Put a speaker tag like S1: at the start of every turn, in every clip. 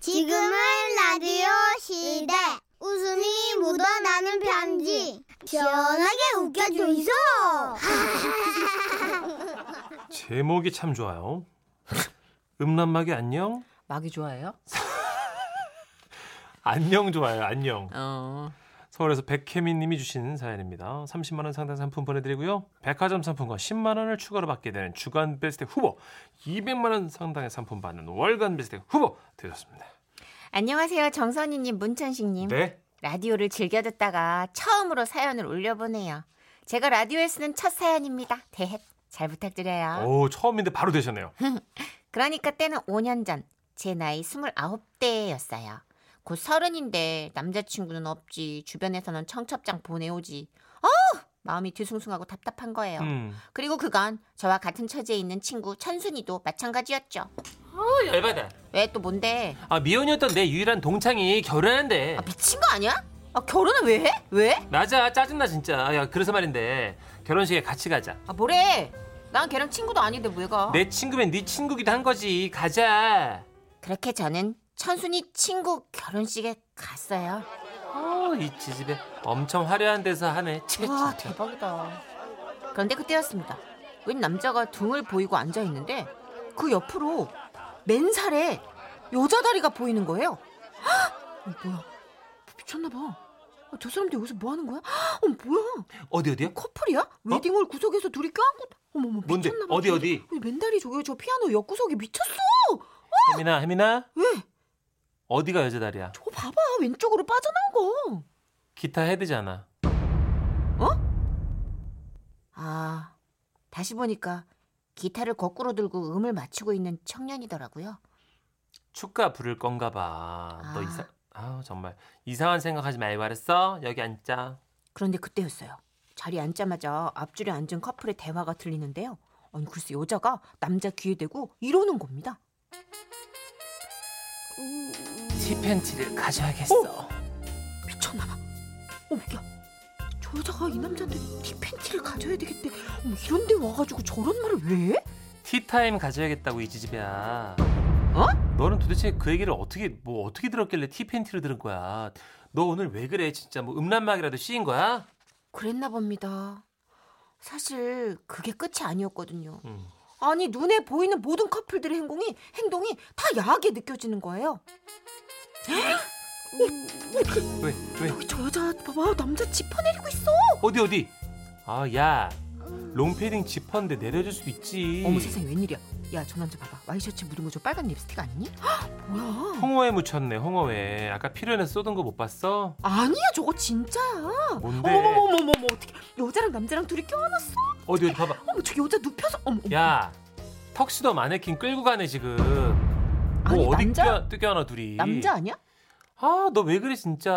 S1: 지금은 라디오 시대. 웃음이 묻어나는 편지. 시원하게 웃겨주이소.
S2: 제목이 참 좋아요. 음란마귀 안녕?
S3: 마귀 좋아해요?
S2: 안녕 좋아요. 안녕.
S3: 어.
S2: 서울에서 백혜민 님이 주신 사연입니다. 30만 원 상당 상품 보내드리고요. 백화점 상품권 10만 원을 추가로 받게 되는 주간 베스트 후보 200만 원 상당의 상품 받는 월간 베스트 후보 되셨습니다.
S3: 안녕하세요. 정선희님, 문천식님.
S2: 네.
S3: 라디오를 즐겨 듣다가 처음으로 사연을 올려보네요. 제가 라디오에 쓰는 첫 사연입니다. 대heb. 잘 부탁드려요.
S2: 오 처음인데 바로 되셨네요.
S3: 그러니까 때는 5년 전. 제 나이 29대였어요. 곧 서른인데 남자친구는 없지. 주변에서는 청첩장 보내오지. 어! 마음이 뒤숭숭하고 답답한 거예요.
S2: 음.
S3: 그리고 그건 저와 같은 처지에 있는 친구 천순이도 마찬가지였죠.
S2: 아 열받아.
S3: 왜 또 뭔데?
S2: 아 미혼이었던 내 유일한 동창이 결혼한대.
S3: 아, 미친 거 아니야? 아, 결혼을 왜 해? 왜?
S2: 나자 짜증나 진짜. 야 그래서 말인데 결혼식에 같이 가자.
S3: 아 뭐래? 난 걔랑 친구도 아닌데 왜 가?
S2: 내 친구면 네 친구기도 한 거지. 가자.
S3: 그렇게 저는 천순이 친구 결혼식에 갔어요.
S2: 아, 어이 지집에 엄청 화려한 데서 하네. 채,
S3: 와
S2: 진짜.
S3: 대박이다. 그런데 그때였습니다. 웬 남자가 등을 보이고 앉아 있는데 그 옆으로 맨살에 여자 다리가 보이는 거예요. 헉! 어, 뭐야? 미쳤나 봐. 어, 저 사람들 여기서 뭐 하는 거야? 헉! 어 뭐야?
S2: 어디 어디요?
S3: 커플이야? 웨딩홀 구석에서 둘이 껴안고 어머머
S2: 뭔데?
S3: 미쳤나 봐.
S2: 어디, 어디?
S3: 이 맨다리 저기 저 피아노 옆구석에 미쳤어.
S2: 혜민아 혜민아
S3: 왜?
S2: 어디가 여자 다리야?
S3: 저거 봐봐 왼쪽으로 빠져나온 거.
S2: 기타 헤드잖아.
S3: 아 다시 보니까 기타를 거꾸로 들고 음을 맞추고 있는 청년이더라고요.
S2: 축가 부를 건가 봐.
S3: 아.
S2: 너 이상 아 정말 이상한 생각하지 말고 알았어? 여기 앉자.
S3: 그런데 그때였어요. 자리에 앉자마자 앞줄에 앉은 커플의 대화가 들리는데요. 아니 글쎄 여자가 남자 귀에 대고 이러는 겁니다.
S2: 티팬티를 가져야겠어.
S3: 미쳤나봐. 어머, 야, 저 여자가 이 남자한테 티 팬티를 가져야 되겠대. 어머, 이런데 와가지고 저런 말을 왜 해?
S2: 티타임 가져야겠다고 이 지집이야.
S3: 어?
S2: 너는 도대체 그 얘기를 어떻게 뭐 어떻게 들었길래 티팬티를 들은 거야? 너 오늘 왜 그래? 진짜 뭐 음란막이라도 씌인 거야?
S3: 그랬나 봅니다. 사실 그게 끝이 아니었거든요.
S2: 음.
S3: 아니 눈에 보이는 모든 커플들의 행동이 행동이 다 야하게 느껴지는 거예요.
S1: 음,
S2: 왜 왜?
S3: 여기 저 여자 봐봐 남자 짚어내리고 있어.
S2: 어디 어디? 아 야 롱패딩 지퍼인데 내려줄 수도 있지.
S3: 어머 세상에 웬일이야? 야 저 남자 봐봐 와이셔츠 묻은 거 저 빨간 립스틱 아니니? 헉, 뭐야?
S2: 홍어에 묻혔네 홍어에. 아까 피련에 쏟은 거 못 봤어?
S3: 아니야 저거 진짜야.
S2: 뭔데?
S3: 어머머머머머 어떻게 여자랑 남자랑 둘이 껴안았어?
S2: 어디 어디 봐봐.
S3: 어머 저 여자 눕혀서 어머. 어머.
S2: 야 턱시도 마네킹 끌고 가네 지금. 뭐
S3: 아니,
S2: 어디
S3: 남자?
S2: 껴, 껴하나 둘이.
S3: 남자 어, 아니야?
S2: 아너 왜 그래 진짜.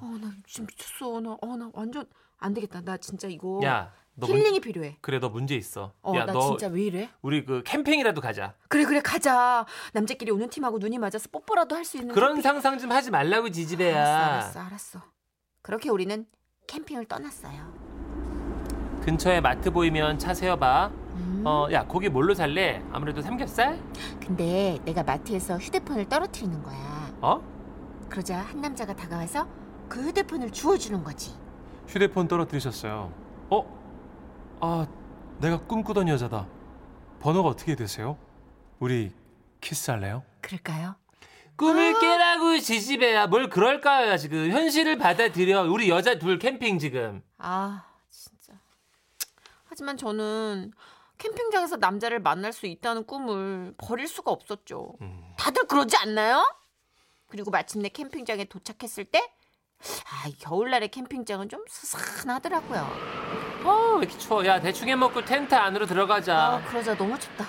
S3: 아나 지금 미쳤어 나 어, 나 완전 안 되겠다 나 진짜 이거
S2: 야 너 문-
S3: 힐링이 필요해.
S2: 그래 너 문제 있어.
S3: 어 나
S2: 야 너
S3: 진짜 왜 이래?
S2: 우리 그 캠핑이라도 가자.
S3: 그래 그래 가자 남자끼리 오는 팀하고 눈이 맞아서 뽀뽀라도 할 수 있는
S2: 그런
S3: 캠핑.
S2: 상상 좀 하지 말라고 지지배야.
S3: 알았어, 알았어 알았어 그렇게 우리는 캠핑을 떠났어요
S2: 근처에 마트 보이면 차 세워봐.
S3: 음.
S2: 어 야 고기 뭘로 살래? 아무래도 삼겹살?
S3: 근데 내가 마트에서 휴대폰을 떨어뜨리는 거야
S2: 어?
S3: 그러자 한 남자가 다가와서 그 휴대폰을 주워주는 거지
S2: 휴대폰 떨어뜨리셨어요. 어? 아, 내가 꿈꾸던 여자다. 번호가 어떻게 되세요? 우리 키스할래요?
S3: 그럴까요?
S2: 꿈을 깨라고 지지배야. 뭘 그럴까요, 지금. 현실을 받아들여. 우리 여자 둘 캠핑 지금.
S3: 아 진짜 하지만 저는 캠핑장에서 남자를 만날 수 있다는 꿈을 버릴 수가 없었죠
S2: 음.
S3: 다들 그러지 않나요? 그리고 마침내 캠핑장에 도착했을 때 아, 이 겨울날의 캠핑장은 좀 스산하더라고요.
S2: 어, 왜 이렇게 추워. 야, 대충 해먹고 텐트 안으로
S3: 아,
S2: 들어가자.
S3: 그러자 너무 춥다.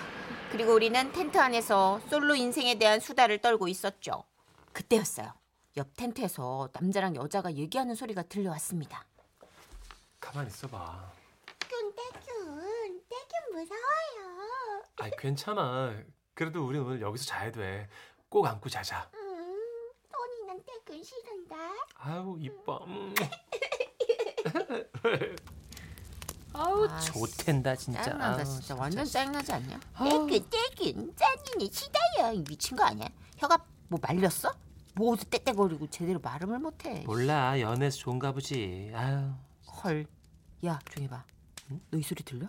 S3: 그리고 우리는 텐트 안에서 솔로 인생에 대한 수다를 떨고 있었죠. 그때였어요. 옆 텐트에서 남자랑 여자가 얘기하는 소리가 들려왔습니다.
S2: 가만히 있어봐.
S1: 떼균, 떼균. 떼균 무서워요.
S2: 아이, 괜찮아. 그래도 우리 오늘 여기서 자야 돼. 꼭 안고 자자.
S1: 음, 토니 난 떼균 싫은데.
S2: 아우, 이뻐. 음.
S3: 아우,
S2: 좋텐다, 진짜.
S3: 짜증난다
S2: 아우,
S3: 진짜. 아. 완전 짜증나지 않냐?
S1: 떼균, 떼균. 짠이니 싫어요.
S3: 미친 거 아니야? 혀가 뭐 말렸어? 뭐 어디 떼떼거리고 제대로 말음을 못해.
S2: 몰라 연애해서 좋은가 보지. 아유.
S3: 헐. 야 조용히 봐. 너 이 소리 들려?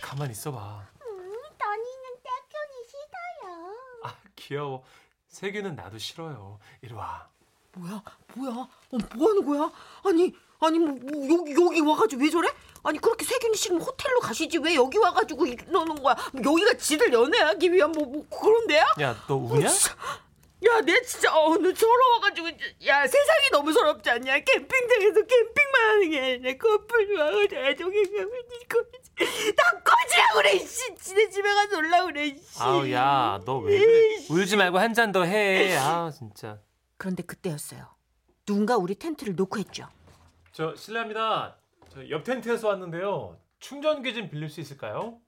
S2: 가만 있어봐.
S1: 음, 떠니는 떼균이 싫어요.
S2: 아 귀여워. 세균은 나도 싫어요. 이리 와.
S3: 뭐야 뭐야? 어, 뭐 하는 거야? 아니 아니 뭐, 뭐 여기 여기 와가지고 왜 저래? 아니 그렇게 세균이 싫으면 호텔로 가시지 왜 여기 와가지고 이러는 거야? 뭐 여기가 지들 연애하기 위한 뭐, 뭐 그런 데야?
S2: 야 너 우냐?
S3: 야, 내 진짜 어느 서러워가지고 야 세상이 너무 서럽지 않냐? 캠핑장에서 캠핑만 하는 게 아니라 커플 와가지고 애정이 가면서 다 꺼지라 그래 씨, 지네 집에 가서 놀라 그래 씨.
S2: 아우 야 너 왜 그래? 울지 말고 한 잔 더 해. 아 진짜.
S3: 그런데 그때였어요. 누군가 우리 텐트를 놓고 했죠.
S2: 저 실례합니다. 저 옆 텐트에서 왔는데요. 충전기 좀 빌릴 수 있을까요?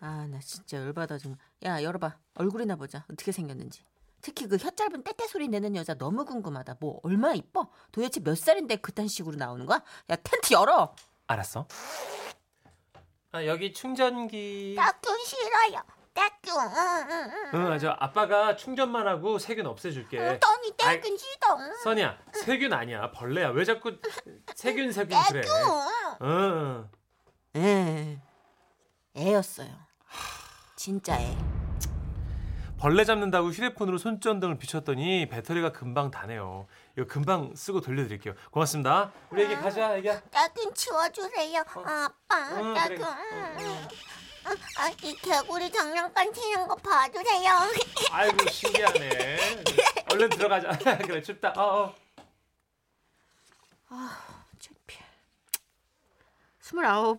S3: 아 나 진짜 열받아 정말. 야 열어봐 얼굴이나 보자 어떻게 생겼는지. 특히 그 혀 짧은 떼떼 소리 내는 여자 너무 궁금하다. 뭐 얼마나 이뻐? 도대체 몇 살인데 그딴 식으로 나오는 거야? 야 텐트 열어.
S2: 알았어. 아 여기 충전기.
S1: 떼균 싫어요. 떼균.
S2: 응, 저 아빠가 충전만 하고 세균 없애줄게.
S1: 떠니
S2: 네. 아이.
S1: 떼균 싫어.
S2: 선이야, 세균 아니야, 벌레야. 왜 자꾸 세균 세균 그래?
S1: 떼균.
S2: 응.
S3: 예. 애였어요. 진짜 애.
S2: 벌레 잡는다고 휴대폰으로 손전등을 비췄더니 배터리가 금방 다네요. 이거 금방 쓰고 돌려드릴게요. 고맙습니다. 우리 애기 가자, 애기야.
S1: 따균 치워주세요. 아빠,
S2: 응,
S1: 따균.
S2: 어. 그래. 어,
S1: 아, 아, 이 개구리 장난감 치는 거 봐주세요.
S2: 아이고 신기하네. 그래, 얼른 들어가자. 그래 춥다. 어, 어.
S3: 창피해. 29.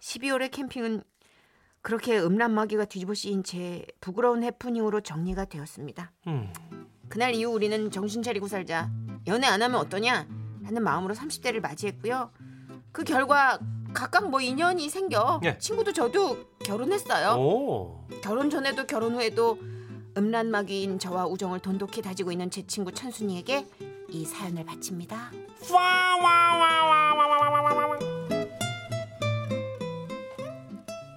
S3: 12월의 캠핑은 그렇게 음란마귀가 뒤집어 씌인 채 부끄러운 해프닝으로 정리가 되었습니다.
S2: 음,
S3: 그날 이후 우리는 정신 차리고 살자. 연애 안 하면 어떠냐? 하는 마음으로 30대를 맞이했고요. 그 결과 각각 뭐 인연이 생겨
S2: 예.
S3: 친구도 저도 결혼했어요.
S2: 오.
S3: 결혼 전에도 결혼 후에도 음란마귀인 저와 우정을 돈독히 다지고 있는 제 친구 천순이에게 이 사연을 바칩니다.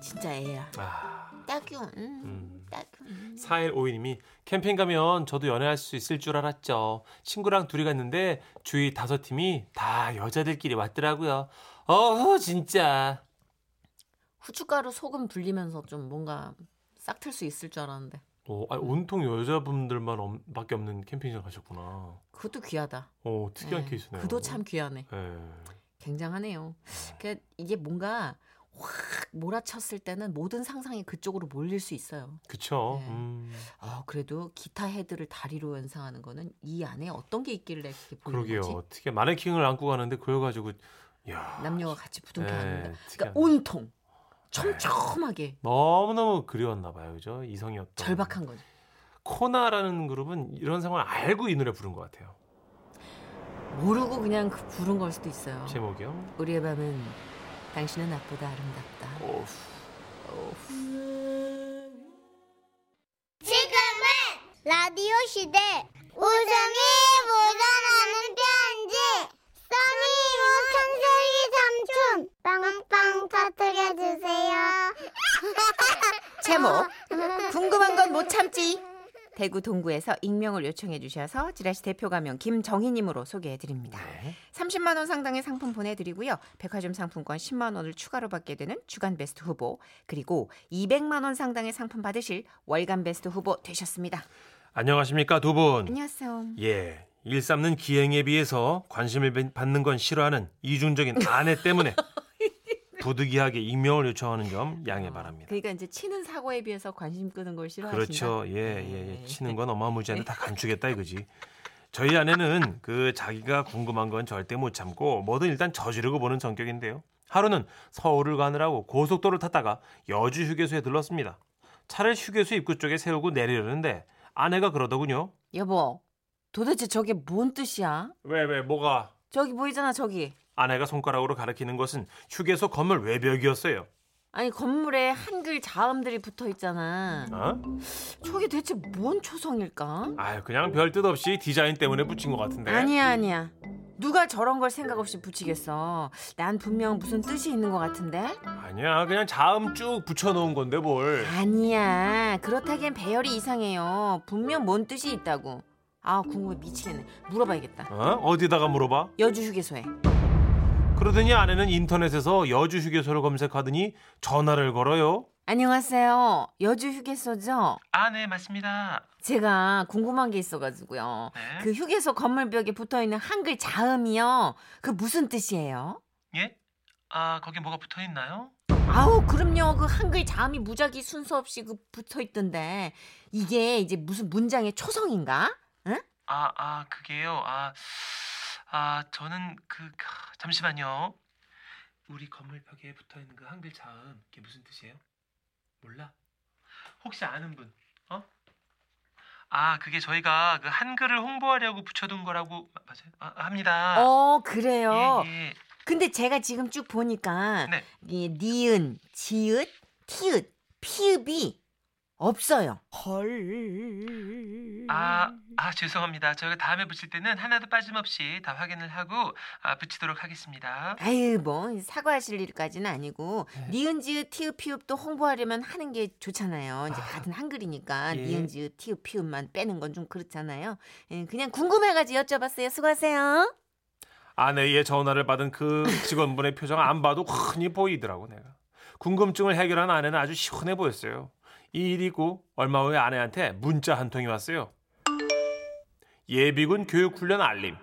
S3: 진짜 애야.
S2: 아,
S1: 따균, 음,
S2: 음.
S1: 따균.
S2: 4152님이 캠핑 가면 저도 연애할 수 있을 줄 알았죠. 친구랑 둘이 갔는데 주위 다섯 팀이 다 여자들끼리 왔더라고요. 어우 진짜.
S3: 후춧가루 소금 불리면서 좀 뭔가 싹 틀 수 있을 줄 알았는데
S2: 어, 아니, 온통 여자분들만 없- 밖에 없는 캠핑장 가셨구나.
S3: 그것도 귀하다.
S2: 어, 특이한
S3: 예,
S2: 케이스네요.
S3: 그도 참 귀하네.
S2: 예.
S3: 굉장하네요. 그 이게 뭔가 확 몰아쳤을 때는 모든 상상이 그쪽으로 몰릴 수 있어요.
S2: 그쵸.
S3: 예.
S2: 음,
S3: 아 그래도 기타 헤드를 다리로 연상하는 거는 이 안에 어떤 게 있길래 그게 보이는
S2: 그러게요.
S3: 거지?
S2: 어떻게 마네킹을 안고 가는데 그래가지고 야.
S3: 남녀가 같이 부둥켜 안는다.
S2: 예, 특이한.
S3: 그러니까 온통
S2: 네.
S3: 촘촘하게
S2: 너무너무 그리웠나 봐요. 그죠? 이성이었던.
S3: 절박한 거죠.
S2: 코나라는 그룹은 이런 상황을 알고 이 노래 부른 것 같아요.
S3: 모르고 그냥 그 부른 걸 수도 있어요.
S2: 제목이요.
S3: 우리의 밤은 당신은 나보다 아름답다.
S2: 오,
S1: 지금은 라디오 시대 웃음이 묻어나는 편지 써니 우천세기 삼촌 빵빵 터뜨려주세요
S3: 제목
S1: 음.
S3: 궁금한 건 못 참지. 대구 동구에서 익명을 요청해 주셔서 지라시 대표 가명 김정희님으로 소개해 드립니다.
S2: 네.
S3: 30만 원 상당의 상품 보내드리고요. 백화점 상품권 10만 원을 추가로 받게 되는 주간 베스트 후보 그리고 200만 원 상당의 상품 받으실 월간 베스트 후보 되셨습니다.
S2: 안녕하십니까 두 분.
S3: 안녕하세요.
S2: 예. 일삼는 기행에 비해서 관심을 받- 받는 건 싫어하는 이중적인 아내 때문에 부득이하게 익명을 요청하는 점 양해 바랍니다.
S3: 그러니까 이제 치는 사고에 비해서 관심 끄는 걸 싫어하신다.
S2: 그렇죠. 네. 예, 예, 예.
S3: 네.
S2: 치는 건 어마무지한데 다 감추겠다 이거지. 저희 아내는 그 자기가 궁금한 건 절대 못 참고 뭐든 일단 저지르고 보는 성격인데요. 하루는 서울을 가느라고 고속도로를 탔다가 여주 휴게소에 들렀습니다. 차를 휴게소 입구 쪽에 세우고 내리려는데 아내가 그러더군요.
S3: 여보, 도대체 저게 뭔 뜻이야?
S2: 왜, 왜, 뭐가?
S3: 저기 보이잖아, 저기.
S2: 아내가 손가락으로 가리키는 것은 휴게소 건물 외벽이었어요.
S3: 아니 건물에 한글 자음들이 붙어 있잖아.
S2: 어?
S3: 저게 대체 뭔 초성일까?
S2: 아유, 그냥 별 뜻 없이 디자인 때문에 붙인 것 같은데.
S3: 아니야 아니야. 누가 저런 걸 생각 없이 붙이겠어. 난 분명 무슨 뜻이 있는 것 같은데.
S2: 아니야 그냥 자음 쭉 붙여놓은 건데 뭘
S3: 아니야. 그렇다기엔 배열이 이상해요. 분명 뭔 뜻이 있다고. 아 궁금해 미치겠네. 물어봐야겠다.
S2: 어? 어디다가 물어봐
S3: 여주 휴게소에.
S2: 그러더니 아내는 인터넷에서 여주 휴게소를 검색하더니 전화를 걸어요
S3: 안녕하세요. 여주 휴게소죠?
S2: 아 네 맞습니다
S3: 제가 궁금한 게 있어가지고요.
S2: 네.
S3: 그 휴게소 건물 벽에 붙어 있는 한글 자음이요. 그 무슨 뜻이에요?
S2: 예? 아 거기 뭐가 붙어있나요?
S3: 아우 그럼요 그 한글 자음이 무작위 순서 없이 그 붙어 있던데 이게 이제 무슨 문장의 초성인가?
S4: 아, 아, 그게요. 아, 아, 저는 그 하, 잠시만요. 우리 건물 벽에 붙어 있는 그 한글 자음, 이게 무슨 뜻이에요? 몰라? 혹시 아는 분? 어? 아, 그게 저희가 그 한글을 홍보하려고 붙여둔 거라고 마- 맞아요? 아, 합니다.
S3: 어 그래요.
S4: 예, 예.
S3: 근데 제가 지금 쭉 보니까
S4: 네.
S3: 이 니은, 지읒, 티읒, 피읍이 없어요.
S4: 아, 아, 죄송합니다. 저희가 다음에 붙일 때는 하나도 빠짐없이 다 확인을 하고 아, 붙이도록 하겠습니다.
S3: 아유 뭐 사과하실 일까지는 아니고 니은 지읒 티읒 피읍도 홍보하려면 하는 게 좋잖아요. 이제 같은 한글이니까
S2: 예.
S3: 니은 지읒 티읒 피읍만 빼는 건 좀 그렇잖아요. 예, 그냥 궁금해가지고 여쭤봤어요. 수고하세요.
S2: 아내의 전화를 받은 그 직원분의 표정 안 봐도 흔히 보이더라고 내가 궁금증을 해결한 아내는 아주 시원해 보였어요 이 일이 있고 얼마 후에 아내한테 문자 한 통이 왔어요 예비군 교육훈련 알림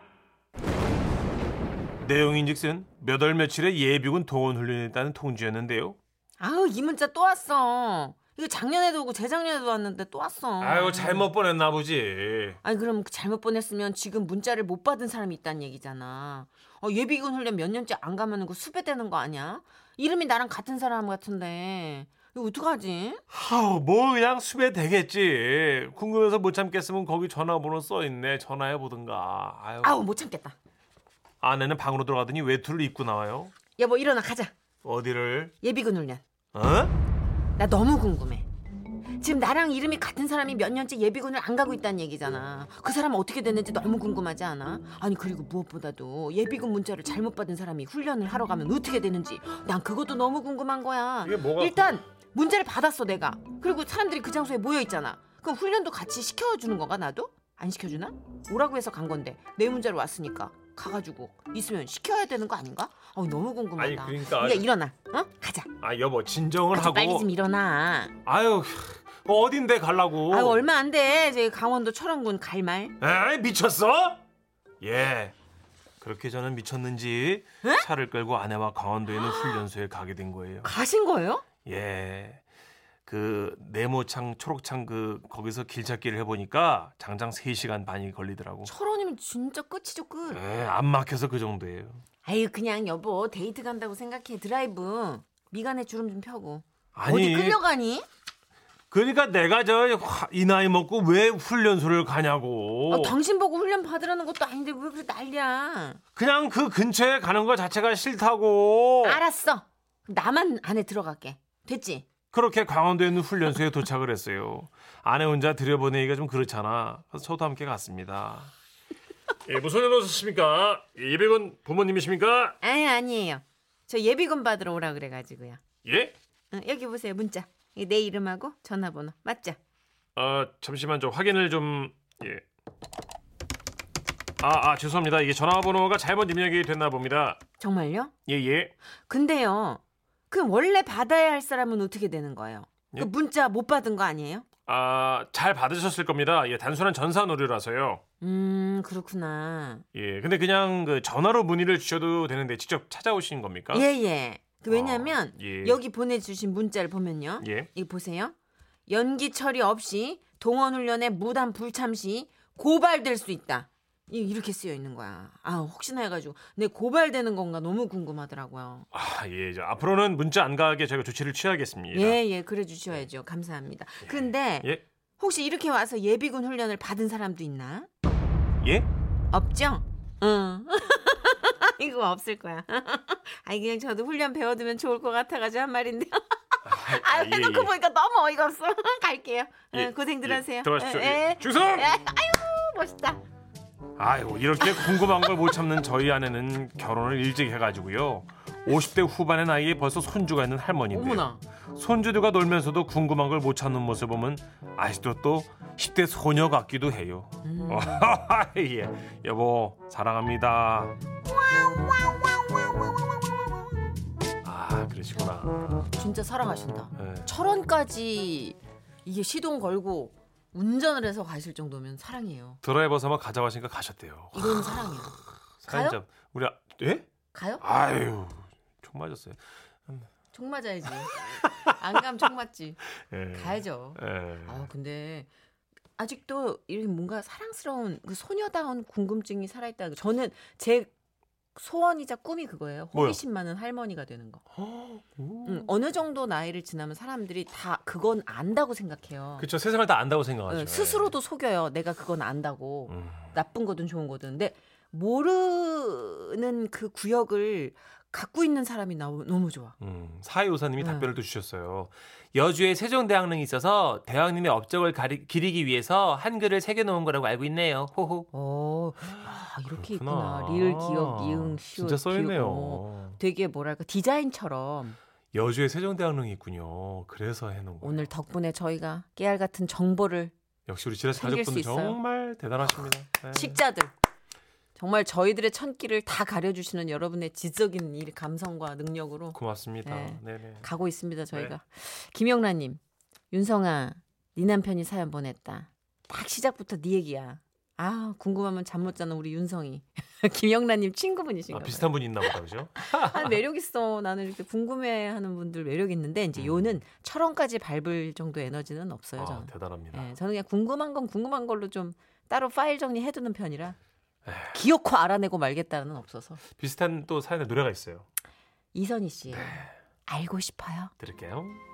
S2: 내용인즉슨 몇 월 며칠에 예비군 동원훈련이 있다는 통지였는데요
S3: 아우 이 문자 또 왔어. 이거 작년에도 오고 재작년에도 왔는데 또 왔어.
S2: 아유 잘못 보냈나 보지
S3: 아니 그럼 그 잘못 보냈으면 지금 문자를 못 받은 사람이 있다는 얘기잖아. 어, 예비군 훈련 몇 년째 안 가면 그 수배되는 거 아니야? 이름이 나랑 같은 사람 같은데 이거 어떡하지?
S2: 아우 뭐 그냥 수배 되겠지 궁금해서 못 참겠으면 거기 전화번호 써있네 전화해보든가 아유.
S3: 아우 못 참겠다.
S2: 아내는 방으로 들어가더니 외투를 입고 나와요
S3: 여보 일어나 가자.
S2: 어디를?
S3: 예비군 훈련.
S2: 어?
S3: 나 너무 궁금해. 지금 나랑 이름이 같은 사람이 몇 년째 예비군을 안 가고 있다는 얘기잖아. 그 사람 은 어떻게 됐는지 너무 궁금하지 않아? 아니 그리고 무엇보다도 예비군 문자를 잘못 받은 사람이 훈련을 하러 가면 어떻게 되는지 난 그것도 너무 궁금한 거야.
S2: 이게 뭐가
S3: 일단 문자를 받았어 내가. 그리고 사람들이 그 장소에 모여 있잖아. 그럼 훈련도 같이 시켜주는 건가 나도? 안 시켜주나? 오라고 해서 간 건데 내 문자로 왔으니까 가가지고 있으면 시켜야 되는 거 아닌가? 어 너무 궁금하다.
S2: 아니, 그러니까-
S3: 야, 일어나. 어 가자.
S2: 아 여보 진정을
S3: 아주
S2: 하고
S3: 빨리 좀 일어나.
S2: 아유 뭐 어딘데 갈라고
S3: 아유 얼마 안 돼. 저희 강원도 철원군 갈말.
S2: 에이 미쳤어? 예 그렇게 저는 미쳤는지 차를 끌고 아내와 강원도에 있는 훈련소에 가게 된 거예요
S3: 가신 거예요?
S2: 예. 그 네모창 초록창 그 거기서 길찾기를 해보니까 장장 3시간 반이 걸리더라고
S3: 철원이면 진짜 끝이죠 끝.
S2: 예, 안 막혀서 그 정도예요
S3: 아유 그냥 여보 데이트 간다고 생각해 드라이브. 미간에 주름 좀 펴고.
S2: 아니
S3: 어디 끌려가니?
S2: 그러니까 내가 저 이 나이 먹고 왜 훈련소를 가냐고
S3: 아, 당신 보고 훈련 받으라는 것도 아닌데 왜 그래 난리야.
S2: 그냥 그 근처에 가는 거 자체가 싫다고.
S3: 알았어. 나만 안에 들어갈게. 됐지?
S2: 그렇게 강원도에 있는 훈련소에 도착을 했어요. 아내 혼자 들여보내기가 좀 그렇잖아. 그래서 저도 함께 갔습니다. 예, 무슨 일 오셨습니까? 예비군 부모님이십니까?
S3: 아니 아니에요. 저 예비군 받으러 오라 그래가지고요.
S2: 예?
S3: 어, 여기 보세요 문자. 이게 내 이름하고 전화번호 맞죠?
S2: 아 잠시만 저 확인을 좀 예. 아, 아 죄송합니다. 이게 전화번호가 잘못 입력이 됐나 봅니다.
S3: 정말요?
S2: 예 예.
S3: 근데요, 그 원래 받아야 할 사람은 어떻게 되는 거예요?
S2: 예?
S3: 그 문자 못 받은 거 아니에요?
S2: 아 잘 받으셨을 겁니다. 예 단순한 전산 오류라서요.
S3: 음, 그렇구나.
S2: 예, 근데 그냥 그 전화로 문의를 주셔도 되는데 직접 찾아오신 겁니까?
S3: 예, 예. 그 왜냐면
S2: 아, 예.
S3: 여기 보내주신 문자를 보면요.
S2: 예.
S3: 이거 보세요. 연기 처리 없이 동원훈련에 무단 불참 시 고발될 수 있다. 이- 이렇게 쓰여 있는 거야. 아, 혹시나 해가지고 내 고발되는 건가 너무 궁금하더라고요.
S2: 아, 예. 저 앞으로는 문자 안 가게 저희가 조치를 취하겠습니다.
S3: 예, 예, 그래 주셔야죠. 감사합니다. 근데
S2: 예?
S3: 혹시 이렇게 와서 예비군 훈련을 받은 사람도 있나?
S2: 예?
S3: 없죠? 응. 이거 없을 거야. 아니 그냥 저도 훈련 배워두면 좋을 것 같아가지고 한 말인데. 아
S2: 예,
S3: 해놓고
S2: 예.
S3: 보니까 너무 어이가 없어. 갈게요.
S2: 예,
S3: 응, 고생들
S2: 예,
S3: 하세요.
S2: 들어가십시오.
S3: 예, 예.
S2: 예. 충성!
S3: 예, 아유 멋있다.
S2: 아이고 이렇게 궁금한 걸 못 참는 저희 아내는 결혼을 일찍 해가지고요. 50대 후반의 나이에 벌써 손주가 있는 할머니인데 요
S3: 어머나.
S2: 손주들과 놀면서도 궁금한 걸 못 참는 모습 보면 아직도 또 10대 소녀 같기도 해요.
S3: 음.
S2: 예. 여보 사랑합니다. 아 그러시구나.
S3: 진짜 사랑하신다.
S2: 예.
S3: 철원까지 이게 시동 걸고 운전을 해서 가실 정도면 사랑이에요.
S2: 드라이버사만 가져가시니까 가셨대요.
S3: 이건 사랑이에요. 가요?
S2: 사연자 우리 아, 예?
S3: 가요?
S2: 아유 총 맞았어요.
S3: 총 맞아야지. 안 가면 총 맞지.
S2: 예.
S3: 가야죠.
S2: 예.
S3: 아 근데 아직도 이렇게 뭔가 사랑스러운 그 소녀다운 궁금증이 살아있다. 저는 제 소원이자 꿈이 그거예요.
S2: 뭐요?
S3: 호기심 많은 할머니가 되는 거.
S2: 헉, 오.
S3: 음, 어느 정도 나이를 지나면 사람들이 다 그건 안다고 생각해요.
S2: 그렇죠. 세상을 다 안다고 생각하죠.
S3: 예, 스스로도 속여요. 내가 그건 안다고.
S2: 예. 음.
S3: 나쁜 거든 좋은 거든. 근데 모르는 그 구역을 갖고 있는 사람이 나 너무 좋아.
S2: 음, 사회요사님이
S3: 음.
S2: 답변을 또 주셨어요. 여주에 세종대왕릉이 있어서 대왕님의 업적을 가리, 기리기 위해서 한글을 새겨놓은 거라고 알고 있네요. 호호.
S3: 어, 아, 이렇게
S2: 그렇구나.
S3: 있구나. 리을 기억 이응 시옷.
S2: 진짜 써있네요.
S3: 기억, 어, 되게 뭐랄까 디자인처럼
S2: 여주에 세종대왕릉이 있군요. 그래서 해놓은 거예요.
S3: 오늘 덕분에 저희가 깨알 같은 정보를
S2: 역시 우리 지라시
S3: 생길 수
S2: 가족분
S3: 있어요.
S2: 정말 대단하십니다. 네.
S3: 식자들 정말 저희들의 천기를 다 가려주시는 여러분의 지적인 이 감성과 능력으로
S2: 고맙습니다.
S3: 네.
S2: 네. 네
S3: 가고 있습니다 저희가 김영란님 윤성아 네 남편이 사연 보냈다 딱 시작부터 네 얘기야 아 궁금하면 잠 못 자는 우리 윤성이 김영란님 친구분이신가
S2: 아,
S3: 봐요
S2: 비슷한 분이 있나 보다 그죠?
S3: 아, 매력 있어 나는 이렇게 궁금해하는 분들 매력 있는데 이제
S2: 음.
S3: 요는 철원까지 밟을 정도 에너지는 없어요
S2: 아,
S3: 저는
S2: 대단합니다.
S3: 예, 네, 저는 그냥 궁금한 건 궁금한 걸로 좀 따로 파일 정리해두는 편이라
S2: 에휴.
S3: 기어코 알아내고 말겠다는 없어서
S2: 비슷한 또 사연의 노래가 있어요.
S3: 이선희 씨 알고 싶어요
S2: 들을게요.